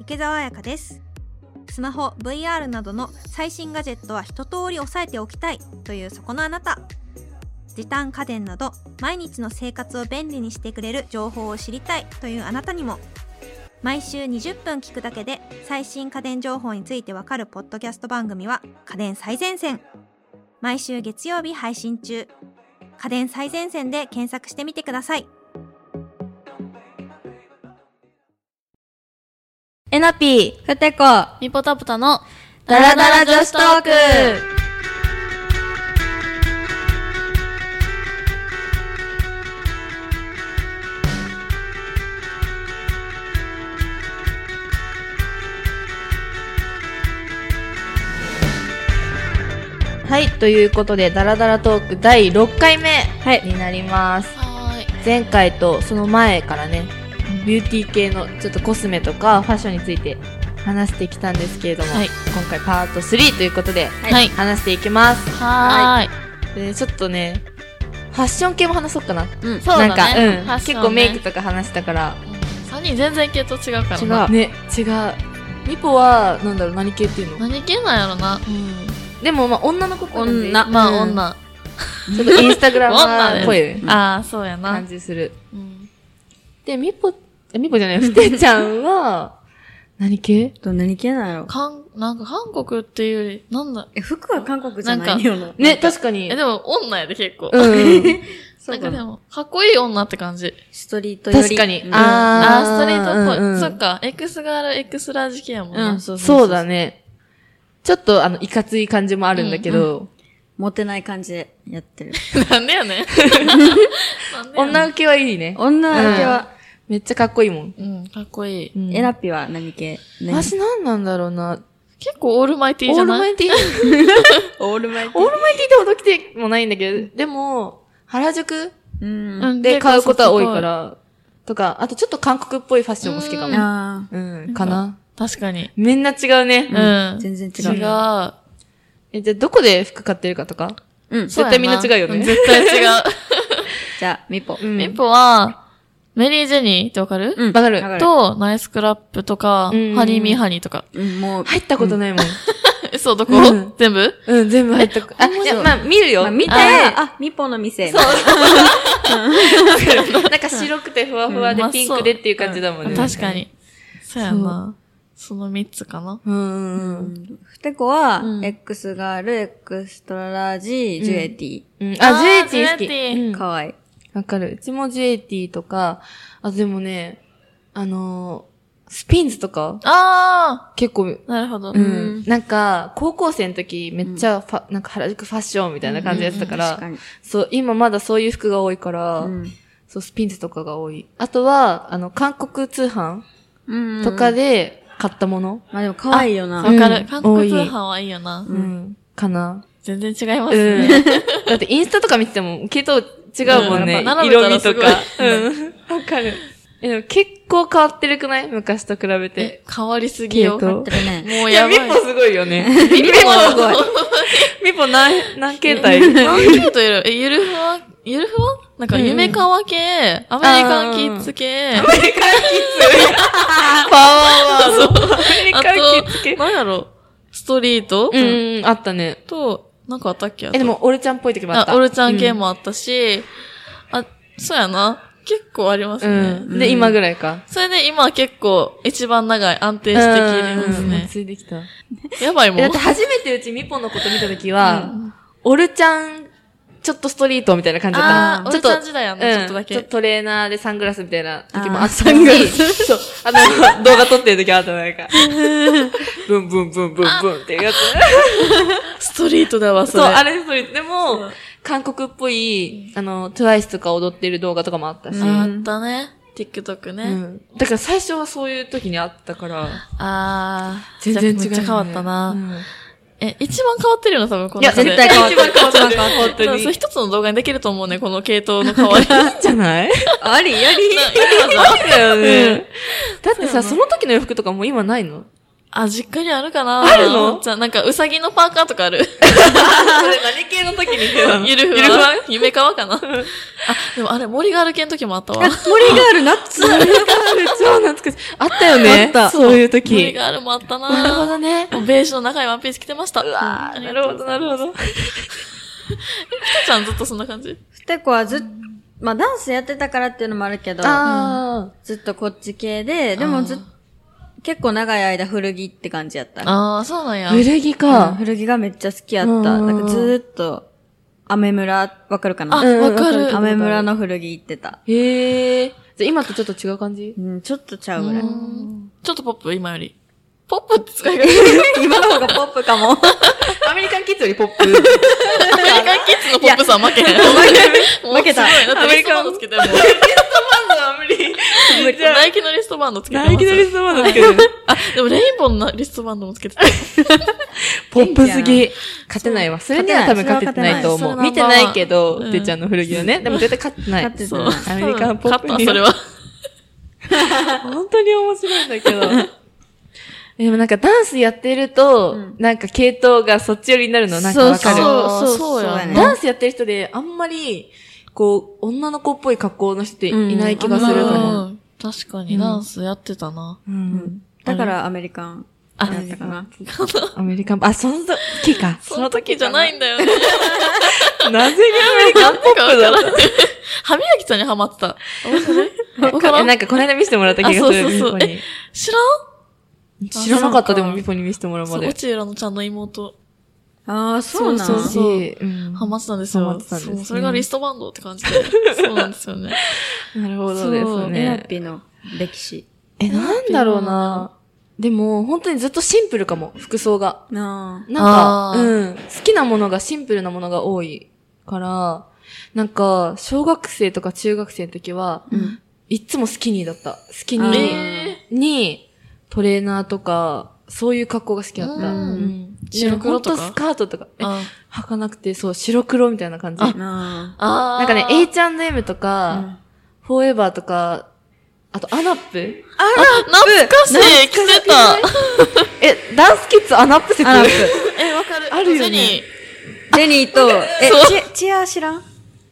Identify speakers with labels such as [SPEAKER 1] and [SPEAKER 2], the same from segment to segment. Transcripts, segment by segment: [SPEAKER 1] 池澤彩香ですスマホ VR などの最新ガジェットは一通り押さえておきたいというそこのあなた時短家電など毎日の生活を便利にしてくれる情報を知りたいというあなたにも毎週20分聞くだけで最新家電情報についてわかるポッドキャスト番組は家電最前線毎週月曜日配信中家電最前線で検索してみてくださいえなぴーふてこ
[SPEAKER 2] ミポタプタの
[SPEAKER 1] ダラダラ女子トーク
[SPEAKER 3] はい、ということで、ダラダラトーク第6回目になります。
[SPEAKER 2] はーい
[SPEAKER 3] 前回とその前からね、ビューティー系のちょっとコスメとかファッションについて話してきたんですけれども、
[SPEAKER 2] はい
[SPEAKER 3] 今回パート3ということで、
[SPEAKER 2] はい
[SPEAKER 3] 話していきます。
[SPEAKER 2] はーい
[SPEAKER 3] でちょっとね、ファッション系も話そうかな。
[SPEAKER 2] うんそう
[SPEAKER 3] な
[SPEAKER 2] だね
[SPEAKER 3] ん
[SPEAKER 2] フ
[SPEAKER 3] か、
[SPEAKER 2] ァ
[SPEAKER 3] うん、
[SPEAKER 2] ッシ
[SPEAKER 3] 結
[SPEAKER 2] ョンね
[SPEAKER 3] 構メイクとか話したから、
[SPEAKER 2] 3人全然系統違うから
[SPEAKER 3] 違
[SPEAKER 2] な
[SPEAKER 3] う。ね、違う。ニポは、なんだろう、何系っていうの
[SPEAKER 2] 何系なんやろな
[SPEAKER 3] うん。でも、まあ、女の子っぽい感じ
[SPEAKER 1] 女
[SPEAKER 2] まあ
[SPEAKER 1] うん
[SPEAKER 2] 女
[SPEAKER 3] ちょっとインスタグラマーっぽい
[SPEAKER 2] ああそうやな
[SPEAKER 3] 感じする。
[SPEAKER 2] うん
[SPEAKER 3] で、みぽ、えみぽじゃない、ふてちゃんは、何系
[SPEAKER 4] と何系なんやろ
[SPEAKER 2] 韓なんか韓国っていうよりなんだ
[SPEAKER 4] え、服は韓国じゃ
[SPEAKER 2] な
[SPEAKER 4] なんい
[SPEAKER 2] か
[SPEAKER 4] よな。
[SPEAKER 3] ね、確かに。
[SPEAKER 2] えでも女やで結 構
[SPEAKER 3] うん。
[SPEAKER 2] なんか
[SPEAKER 4] か
[SPEAKER 2] でもかっこいい女って感じ
[SPEAKER 4] ストリートより。
[SPEAKER 3] 確かに。
[SPEAKER 4] うん
[SPEAKER 2] ああ
[SPEAKER 3] あ
[SPEAKER 2] ストリートっぽい、
[SPEAKER 3] うんうん
[SPEAKER 2] そっか X ガール X ラージ系やもんな、
[SPEAKER 4] うん、そうそう
[SPEAKER 3] そうだね。ちょっと、あの、いかつい感じもあるんだけど、
[SPEAKER 4] モテない感じでやってる。
[SPEAKER 2] なんでや ねんなんでやねん
[SPEAKER 3] 女受けはいいね。
[SPEAKER 4] 女受けは、
[SPEAKER 3] めっちゃかっこいいもん。
[SPEAKER 2] うんかっこいい、
[SPEAKER 3] うん
[SPEAKER 4] エラピは何系何
[SPEAKER 3] 私何なんだろうな。
[SPEAKER 2] 結構オールマイティー
[SPEAKER 3] オ
[SPEAKER 2] じ
[SPEAKER 3] ー
[SPEAKER 2] ゃ
[SPEAKER 3] ル
[SPEAKER 2] ない
[SPEAKER 3] マイティー、
[SPEAKER 4] オールマイテ
[SPEAKER 3] オールマイティーってほど来てもないんだけど、でも、原宿
[SPEAKER 4] うん。
[SPEAKER 2] うん
[SPEAKER 3] で買うことは多いか
[SPEAKER 2] 結構
[SPEAKER 3] ら、とか、あとちょっと韓国っぽいファッションも好きかも。
[SPEAKER 4] あ
[SPEAKER 3] うん、かな。
[SPEAKER 2] 確かに。
[SPEAKER 3] みんな違うね。
[SPEAKER 2] うん。
[SPEAKER 4] あ、全然
[SPEAKER 2] 違う。
[SPEAKER 4] 違う。
[SPEAKER 3] え、じゃあどこで服買ってるかとか
[SPEAKER 4] うん。
[SPEAKER 2] そう
[SPEAKER 3] 絶
[SPEAKER 2] や
[SPEAKER 3] 対みんな違うよね
[SPEAKER 2] ん絶対違 う。
[SPEAKER 4] じゃあ、ミポ。
[SPEAKER 3] うん
[SPEAKER 2] ミポは、メリー・ジェニーってわかる
[SPEAKER 4] うん
[SPEAKER 3] わかる
[SPEAKER 2] と、ナイスクラップとか、
[SPEAKER 3] うん
[SPEAKER 2] ハニー・ミー・ハニーとか。
[SPEAKER 4] うん、もう、
[SPEAKER 3] 入ったことないもん。
[SPEAKER 2] え そう、どこ
[SPEAKER 3] うん
[SPEAKER 2] 全部
[SPEAKER 3] うん、全部入ったこと。あ、いや、まあ見るよ。
[SPEAKER 4] まあ見て、
[SPEAKER 3] あ
[SPEAKER 4] あ、ミポの店。
[SPEAKER 3] そう。 なんか白くてふわふわで
[SPEAKER 2] うん
[SPEAKER 3] ピンクでっていう感じだもんね。
[SPEAKER 2] 確かに。そうやな。その3つかな。
[SPEAKER 3] う。
[SPEAKER 4] うん
[SPEAKER 3] うん。
[SPEAKER 4] ん。ふてこは
[SPEAKER 2] う、ん
[SPEAKER 4] X ガール、X トララージ、ジュエティ。
[SPEAKER 3] うん。
[SPEAKER 2] あー
[SPEAKER 3] あ、ジュエティ好
[SPEAKER 2] ジュエテ
[SPEAKER 3] き。うん
[SPEAKER 4] かわいい。
[SPEAKER 3] わかる。うちもジュエティとか、あ、でもね、あのー、スピンズとか
[SPEAKER 2] あ
[SPEAKER 3] 結構、
[SPEAKER 2] ーなるほど
[SPEAKER 3] う。ん。なんか、高校生の時めっちゃファ、なんか原宿ファッションみたいな感じやってたか、
[SPEAKER 4] 確からに。
[SPEAKER 3] そう、今まだそういう服が多いから、そう、スピンズとかが多い。あとは、あの、韓国通販
[SPEAKER 4] うん
[SPEAKER 3] とか。で買ったもの、
[SPEAKER 4] まあでも可愛いよな。
[SPEAKER 2] わかる。
[SPEAKER 3] うん
[SPEAKER 2] 韓国通販はいいよな
[SPEAKER 3] う。ん、かな。
[SPEAKER 2] 全然違いま
[SPEAKER 3] う
[SPEAKER 2] す
[SPEAKER 3] ん
[SPEAKER 2] ね。。
[SPEAKER 3] だってインスタとか見てても、系統違うもんね。
[SPEAKER 2] うん並べ
[SPEAKER 3] 色
[SPEAKER 2] たら
[SPEAKER 3] 味
[SPEAKER 2] す
[SPEAKER 3] と
[SPEAKER 2] ご
[SPEAKER 3] か
[SPEAKER 2] い。
[SPEAKER 3] うん。わかる。え、でも結構変わってるくない昔と比べ
[SPEAKER 2] え
[SPEAKER 3] て。、
[SPEAKER 2] 変わりすぎよ。
[SPEAKER 3] 系
[SPEAKER 2] も
[SPEAKER 3] 統
[SPEAKER 4] 合ってるね。
[SPEAKER 2] う
[SPEAKER 3] いや、
[SPEAKER 2] やば
[SPEAKER 3] ミ
[SPEAKER 2] い。
[SPEAKER 3] ポすごいよね。 ミポすごい。 ミポ何、何形 態
[SPEAKER 2] 何系といるえ、ゆるふわ、ゆるふわなんか、
[SPEAKER 3] うん
[SPEAKER 2] 夢かわ系、アメリカンキッズ系、
[SPEAKER 3] パワーワード。アメリ
[SPEAKER 2] あ
[SPEAKER 3] カ着付け。
[SPEAKER 2] と、なんやろ、ストリート
[SPEAKER 3] うん、あったね。
[SPEAKER 2] と、なんかあったっけ
[SPEAKER 3] え、で、も、オルちゃんっぽい時もあ
[SPEAKER 2] あ
[SPEAKER 3] っ
[SPEAKER 2] と
[SPEAKER 3] た。
[SPEAKER 2] あ、オルちゃん系もあったし、あ、そうやな。結構あります
[SPEAKER 3] う
[SPEAKER 2] ね。
[SPEAKER 3] ん。で、今ぐらいか。
[SPEAKER 2] それで今結構一番長い安定して聞いてます
[SPEAKER 3] うん
[SPEAKER 2] ね。
[SPEAKER 3] ついてきた。
[SPEAKER 2] やばい
[SPEAKER 3] え
[SPEAKER 2] も
[SPEAKER 3] だ
[SPEAKER 2] ん
[SPEAKER 3] って。初めてうちミポのこと見たときは、オルちゃん、ちょっとストリートみたいな感じだっ
[SPEAKER 2] あー、
[SPEAKER 3] た。
[SPEAKER 2] オ
[SPEAKER 3] ちょっと、
[SPEAKER 2] ルちゃん時代やな、ちょっとだ
[SPEAKER 3] うん
[SPEAKER 2] け。
[SPEAKER 3] トレーナーでサングラスみたいな時もあったし、
[SPEAKER 4] あーサングラ
[SPEAKER 3] そう。あの、動画撮ってる時あったのなんか、ブンブンブンブンブンっていうやつ。
[SPEAKER 2] ストリートだわ、そ
[SPEAKER 3] そう、
[SPEAKER 2] れ。
[SPEAKER 3] あれストリート。でも、韓国っぽい、あの、TWICE とか踊ってる動画とかもあったし。
[SPEAKER 4] うん
[SPEAKER 2] あったね。TikTok
[SPEAKER 3] う
[SPEAKER 2] ね。
[SPEAKER 3] ん。だから最初はそういう時にあったから、
[SPEAKER 2] あー、
[SPEAKER 3] 全然違う、ね。
[SPEAKER 2] めっちゃ変わったな。
[SPEAKER 3] うん
[SPEAKER 2] え、一番変わってるよな、多分この
[SPEAKER 3] いや、
[SPEAKER 2] 中で。
[SPEAKER 3] 絶対変わった。一番変わった。本
[SPEAKER 2] そ
[SPEAKER 3] 当
[SPEAKER 2] うそれ
[SPEAKER 3] に。
[SPEAKER 2] 一つの動画にできると思うね、この系統の 変わり。な
[SPEAKER 3] じゃない
[SPEAKER 4] あ りやり
[SPEAKER 3] だよね。だってさ、その時の洋服とかもう今ないの
[SPEAKER 2] あ、実家にあるかな
[SPEAKER 3] あるの
[SPEAKER 2] じゃあ、なんか、うさぎのパーカーとかある。
[SPEAKER 3] それ何系の時に着てた
[SPEAKER 2] ゆるふわ。
[SPEAKER 3] ゆるふわ
[SPEAKER 2] 夢川かなあ、でもあれ、森がある系の時もあったわ。
[SPEAKER 4] 森がある、ナッツ。
[SPEAKER 3] 超懐かしい。あったよ
[SPEAKER 4] あ
[SPEAKER 3] ね
[SPEAKER 4] っ。た
[SPEAKER 3] そういう
[SPEAKER 2] 無理
[SPEAKER 3] 時。
[SPEAKER 2] があるもあったな
[SPEAKER 3] なるほどね。
[SPEAKER 2] もうベージュの長いワンピース着てました。う
[SPEAKER 3] わーなるほど、なるほど。
[SPEAKER 2] ちゃんずっとそんな感じ
[SPEAKER 4] ふてこはずっ、まあダンスやってたからっていうのもあるけど、
[SPEAKER 3] あ
[SPEAKER 4] ずっとこっち系で、でもずっ結構長い間古着って感じやった。
[SPEAKER 2] ああ、そうなん
[SPEAKER 3] あ。
[SPEAKER 2] や。
[SPEAKER 3] 古着
[SPEAKER 4] うん
[SPEAKER 3] か。
[SPEAKER 4] 古着がめっちゃ好きやった。
[SPEAKER 3] うんうんうん
[SPEAKER 4] なんかずーっと、アメ村、わかるか
[SPEAKER 2] あ
[SPEAKER 4] な
[SPEAKER 3] うん
[SPEAKER 2] わかる
[SPEAKER 4] アメ村。の古着行ってた。
[SPEAKER 3] へえ。じゃあ今とちょっと違う感じ
[SPEAKER 4] うん、ちょっとちゃう
[SPEAKER 2] う
[SPEAKER 4] ぐらい。
[SPEAKER 2] んちょっとポップ、今より。ポップって使い方。
[SPEAKER 4] 今の方がポップかも。
[SPEAKER 3] アメリカンキッズよりポッ プ。
[SPEAKER 2] アメリカンキッズのポップさは負けへん。
[SPEAKER 4] 負けた
[SPEAKER 2] もうすごいな。
[SPEAKER 4] ア
[SPEAKER 2] ア
[SPEAKER 4] メ
[SPEAKER 2] メ
[SPEAKER 4] リ
[SPEAKER 2] リ
[SPEAKER 4] カ
[SPEAKER 2] カ
[SPEAKER 4] ン
[SPEAKER 2] ンドつけてる もん。
[SPEAKER 4] 無理
[SPEAKER 2] ナイキのリストバンドつけてます。
[SPEAKER 3] 大気のリストバンドつける。
[SPEAKER 2] あ、でもレインボーのリストバンドもつけてた。
[SPEAKER 3] ポップすぎ。勝てないわ。それには多分
[SPEAKER 4] 勝
[SPEAKER 3] 勝
[SPEAKER 4] てない
[SPEAKER 3] ててないと思。
[SPEAKER 2] そうれは
[SPEAKER 3] 見
[SPEAKER 2] 勝て
[SPEAKER 3] て
[SPEAKER 2] ない
[SPEAKER 3] ないけど、
[SPEAKER 2] うん
[SPEAKER 3] てっちゃんの古着はね。でも絶対勝ってない。
[SPEAKER 4] 勝って
[SPEAKER 2] そう。
[SPEAKER 3] アメリカンポップ
[SPEAKER 2] 勝った、それは。
[SPEAKER 3] 本当に面白いんだけど。 でもなんかダンスやってると、
[SPEAKER 4] うん
[SPEAKER 3] なんか系統がそっち寄りになるのなんかわかる。
[SPEAKER 2] そうそう
[SPEAKER 4] そうやね
[SPEAKER 3] ダンスやってる人であんまり、こう、女の子っぽい格好の人っていない気がするか
[SPEAKER 4] うんあんま
[SPEAKER 3] も。
[SPEAKER 2] うん確か
[SPEAKER 3] う
[SPEAKER 2] に
[SPEAKER 3] ん
[SPEAKER 2] ダンスやってたな。
[SPEAKER 3] う
[SPEAKER 4] うんん。だからアメリカン。
[SPEAKER 2] あ
[SPEAKER 4] だったかな。
[SPEAKER 3] アメリカン、あ、その時か。
[SPEAKER 2] その時じゃないんだよね。
[SPEAKER 3] なぜにアメリカンポップだっ
[SPEAKER 2] 歯磨きちゃんにハマってた。
[SPEAKER 3] た
[SPEAKER 2] わからん
[SPEAKER 3] えなんかこの間見せてもらった気がす
[SPEAKER 2] あそうそう
[SPEAKER 3] る。
[SPEAKER 2] そう
[SPEAKER 3] ミポに
[SPEAKER 2] 知らん
[SPEAKER 3] 知らなかっ
[SPEAKER 4] あそうか
[SPEAKER 3] た、でもミポに見せてもらう
[SPEAKER 2] そ
[SPEAKER 3] ま
[SPEAKER 2] う、
[SPEAKER 3] で
[SPEAKER 2] 落。ちらのちゃんの妹、
[SPEAKER 4] ああ、そうなん
[SPEAKER 2] そうそうそう
[SPEAKER 3] うん
[SPEAKER 2] ハマってたんですよ。
[SPEAKER 3] ハマってたんですね
[SPEAKER 2] そう、それがリストバンドって感じで。 そうなんですよね。
[SPEAKER 3] なるほ
[SPEAKER 4] そう
[SPEAKER 3] どです
[SPEAKER 4] エナ
[SPEAKER 3] ね。
[SPEAKER 4] ピの歴史。
[SPEAKER 3] え、なんだろうな。でも、本当にずっとシンプルかも、服装が。
[SPEAKER 4] な
[SPEAKER 3] なん
[SPEAKER 2] あ
[SPEAKER 3] か、
[SPEAKER 2] ー
[SPEAKER 3] うん。好きなものがシンプルなものが多いから、なんか、小学生とか中学生の時
[SPEAKER 4] あ。
[SPEAKER 3] は、
[SPEAKER 4] うん。
[SPEAKER 3] いっつもスキニーだった。スキニ
[SPEAKER 4] あー
[SPEAKER 3] ー
[SPEAKER 2] え
[SPEAKER 3] に、トレーナーとか、そういう格好が好きだった。
[SPEAKER 2] うん
[SPEAKER 3] うん
[SPEAKER 2] 白黒とか
[SPEAKER 3] でほんスカートとか、
[SPEAKER 2] ー
[SPEAKER 3] え
[SPEAKER 2] あ
[SPEAKER 3] 履かなくて、そう、白黒みたいな感じ。な
[SPEAKER 4] な
[SPEAKER 2] あー。
[SPEAKER 3] んかね、H&M とか、
[SPEAKER 4] うん
[SPEAKER 3] フォーエバーとか、あと、アナップ
[SPEAKER 2] 懐かしい着てた
[SPEAKER 3] え、ダンスキッズアナップ説
[SPEAKER 4] あ。アラップ。
[SPEAKER 2] え、わかる。
[SPEAKER 3] あるよね
[SPEAKER 2] ジェニー。
[SPEAKER 4] ジェニーと、え
[SPEAKER 2] そう、
[SPEAKER 4] チチア知らん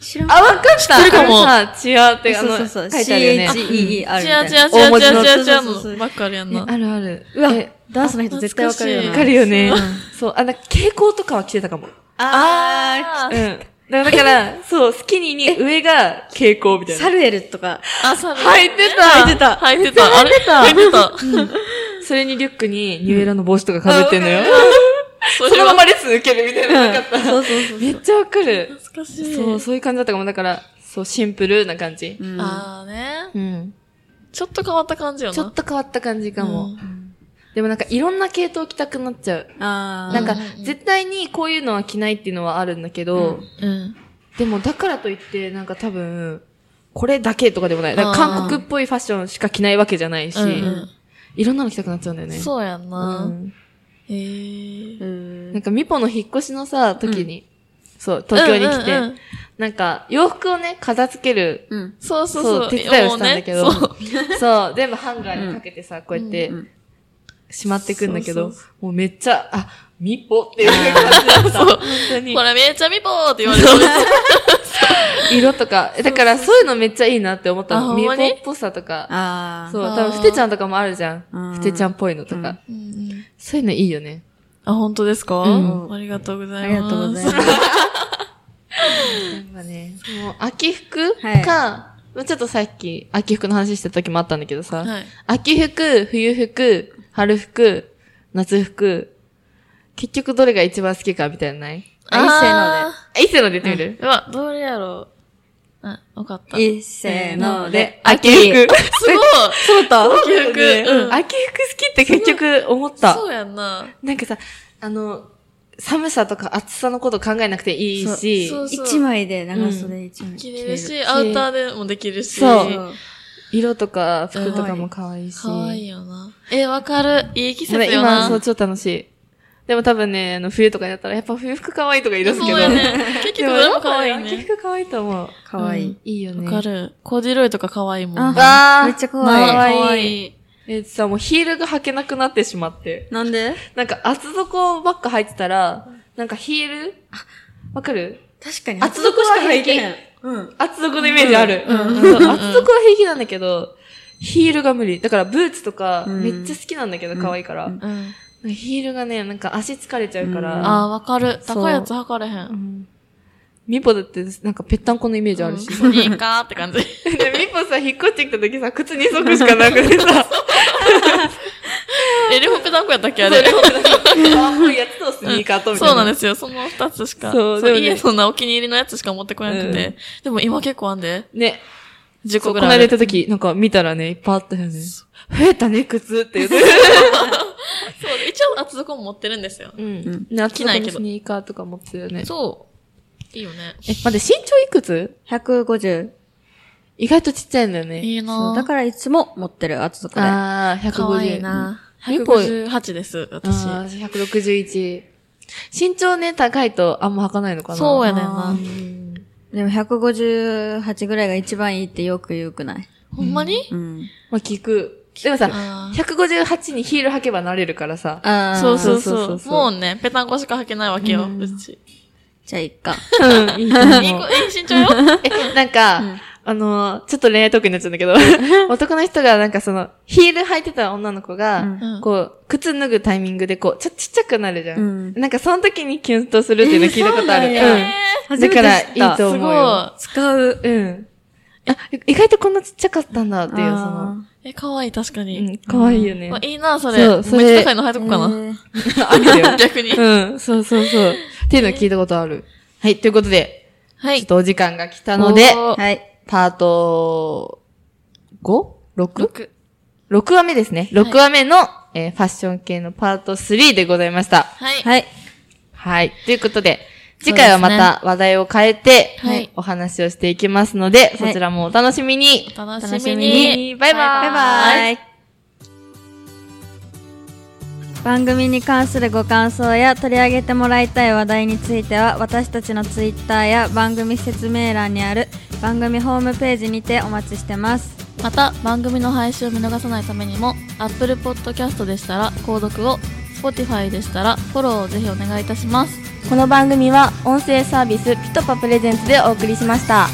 [SPEAKER 4] 知らん
[SPEAKER 3] あ、わかった。
[SPEAKER 2] 知ってるかも
[SPEAKER 3] あのさ、チアって、あ
[SPEAKER 4] そう
[SPEAKER 3] の、
[SPEAKER 4] そうそう。
[SPEAKER 3] 書いてあるよね。
[SPEAKER 4] CHEER み
[SPEAKER 2] チ
[SPEAKER 4] た
[SPEAKER 2] ア
[SPEAKER 4] いな。
[SPEAKER 2] チアチ
[SPEAKER 3] 大
[SPEAKER 2] ア
[SPEAKER 3] 文
[SPEAKER 2] チ
[SPEAKER 3] 字の
[SPEAKER 2] アチアチア
[SPEAKER 4] そうそうそう
[SPEAKER 2] のばっかりやん
[SPEAKER 3] ね
[SPEAKER 2] な。
[SPEAKER 3] あるある。う
[SPEAKER 4] うわ
[SPEAKER 3] わ、わ、
[SPEAKER 4] ダンスの人絶対わかるよ
[SPEAKER 2] 懐
[SPEAKER 4] な。
[SPEAKER 3] かるよね
[SPEAKER 4] うん。
[SPEAKER 3] そう、あ、なんか蛍光とかは着てたかも。
[SPEAKER 4] あ
[SPEAKER 3] うん。だから、だからそう、スキニーに上が蛍光みた
[SPEAKER 4] ー、
[SPEAKER 3] いな
[SPEAKER 4] サ。ルエルとか。
[SPEAKER 2] あ、そうだ
[SPEAKER 3] 履いてた
[SPEAKER 2] 履いてた。履いてた。あれ履いてた。
[SPEAKER 3] それにリュックにニューエラの帽子とかかぶってんのよ。
[SPEAKER 2] そ
[SPEAKER 3] そ
[SPEAKER 2] れ
[SPEAKER 3] のま
[SPEAKER 2] は
[SPEAKER 3] まレッスン受けるみたいな。なんか
[SPEAKER 4] そうそうそう。
[SPEAKER 3] めっちゃわかる。
[SPEAKER 2] 懐かしい。
[SPEAKER 3] そう、そういう感じだったかも。だから、そう、シンプルな感じ
[SPEAKER 4] う。ん
[SPEAKER 2] あーね。
[SPEAKER 3] うん。
[SPEAKER 2] ちょっと変わった感じよな。
[SPEAKER 3] ちょっと変わった感じか
[SPEAKER 2] う
[SPEAKER 3] も
[SPEAKER 2] ん。
[SPEAKER 3] でもなんか、いろんな系統着たくなっちゃう。
[SPEAKER 4] あー
[SPEAKER 3] なんか
[SPEAKER 2] うんうんう、ん
[SPEAKER 3] 絶対にこういうのは着ないっていうのはあるんだけど、
[SPEAKER 2] うん。
[SPEAKER 3] でもだからといって、なんか多分、これだけとかでもない。だから韓国っぽいファッションしか着ないわけじゃないし、
[SPEAKER 2] うんうん
[SPEAKER 3] いろんなの着たくなっちゃうんだよね。
[SPEAKER 2] そうやん
[SPEAKER 3] う
[SPEAKER 2] な。
[SPEAKER 3] ん
[SPEAKER 2] へー
[SPEAKER 4] うん
[SPEAKER 3] なんか、ミポの引っ越しのさ、時に、そう、東京に来て、
[SPEAKER 2] うんうんうん
[SPEAKER 3] なんか、洋服をね、飾付ける、
[SPEAKER 4] うん。
[SPEAKER 2] そうそう
[SPEAKER 3] そ、
[SPEAKER 2] そうう。
[SPEAKER 3] 手伝いをしたんだけど、
[SPEAKER 2] もうねそう
[SPEAKER 3] そう、全部ハンガーにかけてさ、こうやっ
[SPEAKER 4] う
[SPEAKER 3] て
[SPEAKER 4] んうん、
[SPEAKER 3] しまってくんだけ
[SPEAKER 2] そ
[SPEAKER 3] ど
[SPEAKER 2] うそう、
[SPEAKER 3] もうめっちゃ、あ、ミポっていう感じだった。本当に
[SPEAKER 2] こ。れめっちゃみぽーって言われた。
[SPEAKER 3] 色とか、えだからそういうのめっちゃいいなって思ったの。
[SPEAKER 2] あ
[SPEAKER 3] ミ
[SPEAKER 2] ほ
[SPEAKER 3] ポっ
[SPEAKER 2] んまに
[SPEAKER 3] ぽさとか。
[SPEAKER 4] ああ。
[SPEAKER 3] そう、
[SPEAKER 2] あー
[SPEAKER 3] 多分、ふてちゃんとかもあるじゃ
[SPEAKER 4] うん
[SPEAKER 3] ん。ふてちゃんっぽいのと
[SPEAKER 4] うん
[SPEAKER 3] か。
[SPEAKER 2] うんうん
[SPEAKER 3] そういうのいいよね。
[SPEAKER 2] あ、本当ですか
[SPEAKER 3] う
[SPEAKER 2] ありがとうござ
[SPEAKER 4] あ
[SPEAKER 2] い
[SPEAKER 4] り
[SPEAKER 2] ます。
[SPEAKER 4] がとうございます。
[SPEAKER 3] なんかね、もう、秋服
[SPEAKER 4] はい
[SPEAKER 3] か、まあちょっとさっき、秋服の話した時もあったんだけどさ、
[SPEAKER 2] はい。
[SPEAKER 3] 秋服、冬服、春服、夏服、結局どれが一番好きかみたいなのない
[SPEAKER 4] あ
[SPEAKER 3] あ伊勢の出てみる、
[SPEAKER 2] うわ、どれやろう。あ、わかった。
[SPEAKER 4] いっせーので。
[SPEAKER 3] 秋
[SPEAKER 4] 服。
[SPEAKER 2] すごい
[SPEAKER 4] そうだった
[SPEAKER 2] 秋服うん
[SPEAKER 3] 秋服好きって結局思った。
[SPEAKER 2] そうやんな。
[SPEAKER 3] なんかさ、あの、寒さとか暑さのこと考えなくていいし、
[SPEAKER 2] そうそう
[SPEAKER 4] 一枚で長袖一枚
[SPEAKER 2] 着れる
[SPEAKER 4] 着
[SPEAKER 2] し、アウターでもできるし。
[SPEAKER 3] そ
[SPEAKER 4] れる。
[SPEAKER 3] う色とか服とかも可愛いし。
[SPEAKER 2] かわいいよな。え、わかる。いい季
[SPEAKER 3] で
[SPEAKER 2] 節
[SPEAKER 3] も
[SPEAKER 2] よ
[SPEAKER 3] 今、
[SPEAKER 2] な。
[SPEAKER 3] そう、超楽しい。でも多分ね、あの、冬とかになったら、やっぱ冬服可愛いとか言い出すけど。
[SPEAKER 2] そうやね。結
[SPEAKER 3] で
[SPEAKER 2] 局
[SPEAKER 3] も、
[SPEAKER 2] どれも可愛い
[SPEAKER 3] 秋
[SPEAKER 2] ね。
[SPEAKER 3] 服可愛いと思う。
[SPEAKER 4] かわいい。
[SPEAKER 3] いいよね。
[SPEAKER 2] わかる。コーデュロイとか可愛いもんな。
[SPEAKER 3] わー
[SPEAKER 4] めっちゃかわいい
[SPEAKER 3] か
[SPEAKER 2] 可
[SPEAKER 3] わいい
[SPEAKER 2] 愛い。
[SPEAKER 3] え、さ、もうヒールが履けなくなってしまって。
[SPEAKER 4] なんで
[SPEAKER 3] なんか厚底ばっか履いてたら、なんかヒールわかる
[SPEAKER 4] 確かに
[SPEAKER 3] 厚底しか平気
[SPEAKER 4] うん。
[SPEAKER 3] 厚底のイメージある。
[SPEAKER 4] うん
[SPEAKER 3] そう厚底は平気なんだけど、ヒールが無理。だからブーツとか、
[SPEAKER 4] うん
[SPEAKER 3] めっちゃ好きなんだけど、
[SPEAKER 4] うん
[SPEAKER 3] 可愛いから。
[SPEAKER 4] うん
[SPEAKER 2] うん。
[SPEAKER 3] ヒールがね、なんか足疲れちゃう
[SPEAKER 4] う
[SPEAKER 3] か
[SPEAKER 4] ん
[SPEAKER 3] ら。
[SPEAKER 2] ああ、わかる。
[SPEAKER 3] そう
[SPEAKER 2] 高いやつ測れへ。
[SPEAKER 3] うんんミポだって、なんかぺったんこのイメージあるし。
[SPEAKER 2] うんいいかーっ て感じ。
[SPEAKER 3] で、ミポさ、引っ越してきた時さ、靴2足しかなくてさ、
[SPEAKER 2] え、両国団子やったっけあ
[SPEAKER 3] それ
[SPEAKER 2] れ。
[SPEAKER 3] をなんか、あもうやつとスニーカーとみたいな。。
[SPEAKER 2] そうなんですすよ。その二つしか。
[SPEAKER 3] そう
[SPEAKER 2] そう、
[SPEAKER 3] でもね
[SPEAKER 2] 家そんなお気に入りのやつしか持ってこなくて。でも今結構あんで。
[SPEAKER 3] ね。
[SPEAKER 2] 10
[SPEAKER 3] そ
[SPEAKER 2] 個
[SPEAKER 3] うこ
[SPEAKER 2] ぐ
[SPEAKER 3] の
[SPEAKER 2] らいあ
[SPEAKER 3] 間
[SPEAKER 2] る。
[SPEAKER 3] 行った時、なんか見たらね、いっぱいあったよね。増えたね、靴って言って。
[SPEAKER 2] そう、一応厚底も持ってるんですよ。
[SPEAKER 3] うん
[SPEAKER 4] ん。
[SPEAKER 3] 夏
[SPEAKER 2] 着ないけど
[SPEAKER 3] スニーカーとか持ってるよね。
[SPEAKER 2] そう。いいよね。
[SPEAKER 3] え、待って、身長いくつ
[SPEAKER 4] 150。
[SPEAKER 3] 意外とちっちゃいんだよね。
[SPEAKER 2] いいな
[SPEAKER 4] そう
[SPEAKER 2] ぁ
[SPEAKER 4] だからいつも持ってる、厚底で。
[SPEAKER 3] あー、150。
[SPEAKER 2] かわいいなぁ
[SPEAKER 3] ミポ
[SPEAKER 2] 158です、私。
[SPEAKER 3] あー、161。身長ね、高いとあんま履かないのかな。
[SPEAKER 2] そうや
[SPEAKER 3] ね。
[SPEAKER 2] ねんな。
[SPEAKER 4] でも158ぐらいが一番いいってよく言うくない
[SPEAKER 2] ほんまに
[SPEAKER 4] うん。
[SPEAKER 3] まあ、聞く。でもさ、
[SPEAKER 2] あー
[SPEAKER 3] 158にヒール履けばなれるからさ。
[SPEAKER 4] ああ。
[SPEAKER 2] そうそう
[SPEAKER 3] そうそ
[SPEAKER 2] そうう。
[SPEAKER 3] そう
[SPEAKER 2] もうね、ぺたんこしか履けないわけよ、
[SPEAKER 3] うん
[SPEAKER 2] うち。
[SPEAKER 4] じゃあ、いっか。
[SPEAKER 3] うん、いいと思う
[SPEAKER 2] いい子、いい身長よ。
[SPEAKER 3] え、なんか、あのー、ちょっと恋愛トークになっちゃうんだけど、男の人がなんかその、ヒール履いてた女の子が、
[SPEAKER 2] うん
[SPEAKER 3] こう、靴脱ぐタイミングでこう、ちょ、ちっちゃくなるじゃん。
[SPEAKER 4] うん
[SPEAKER 3] なんかその時にキュンとするっていうの聞いたことある。
[SPEAKER 4] え
[SPEAKER 2] え
[SPEAKER 4] ーそうなん
[SPEAKER 3] う
[SPEAKER 4] や
[SPEAKER 3] ん
[SPEAKER 2] ー
[SPEAKER 3] だから、い
[SPEAKER 4] 初めて知った
[SPEAKER 3] いと思うよ。
[SPEAKER 4] 使う。
[SPEAKER 3] うん。あ、意外とこんなちっちゃかったんだっていう、その
[SPEAKER 4] あ、
[SPEAKER 2] すごい。え、かわいい、確か
[SPEAKER 3] う
[SPEAKER 2] に。
[SPEAKER 3] ん、可愛いよね
[SPEAKER 2] ま。あいいなそ
[SPEAKER 3] そう
[SPEAKER 2] れ。
[SPEAKER 3] それ
[SPEAKER 2] めっちゃ高いの履いと
[SPEAKER 4] ー
[SPEAKER 2] こうかな。
[SPEAKER 4] えー
[SPEAKER 3] あげるよ
[SPEAKER 2] 逆に。
[SPEAKER 3] うん、そうそうそう。っていうの聞いたことある。はい、ということで、
[SPEAKER 2] は
[SPEAKER 3] ちょっ
[SPEAKER 2] い。
[SPEAKER 3] とお時間が来たので、
[SPEAKER 2] おー
[SPEAKER 4] はい。
[SPEAKER 3] パート 5?6?6
[SPEAKER 2] 六
[SPEAKER 3] 話目ですね。6話目の、えーファッション系のパート3でございました。
[SPEAKER 2] はい。
[SPEAKER 4] はい。
[SPEAKER 3] はい。ということで、次回はまた話題を変えて、
[SPEAKER 2] はい
[SPEAKER 3] お話をしていきますので、
[SPEAKER 4] はい
[SPEAKER 3] そちらもお楽しみに。
[SPEAKER 2] お楽
[SPEAKER 4] 楽
[SPEAKER 2] し
[SPEAKER 4] しみ
[SPEAKER 2] み
[SPEAKER 4] に
[SPEAKER 2] に。
[SPEAKER 3] バイバー
[SPEAKER 4] バイ
[SPEAKER 3] イ。
[SPEAKER 4] バイ。番組に関するご感想や取り上げてもらいたい話題については私たちのツイッターや番組説明欄にある番組ホームページにてお待ちしてます。
[SPEAKER 2] また番組の配信を見逃さないためにも Apple Podcast でしたら購読を Spotify でしたらフォローをぜひお願いいたします
[SPEAKER 5] この番組は音声サービスピトパプレゼンツでお送りしました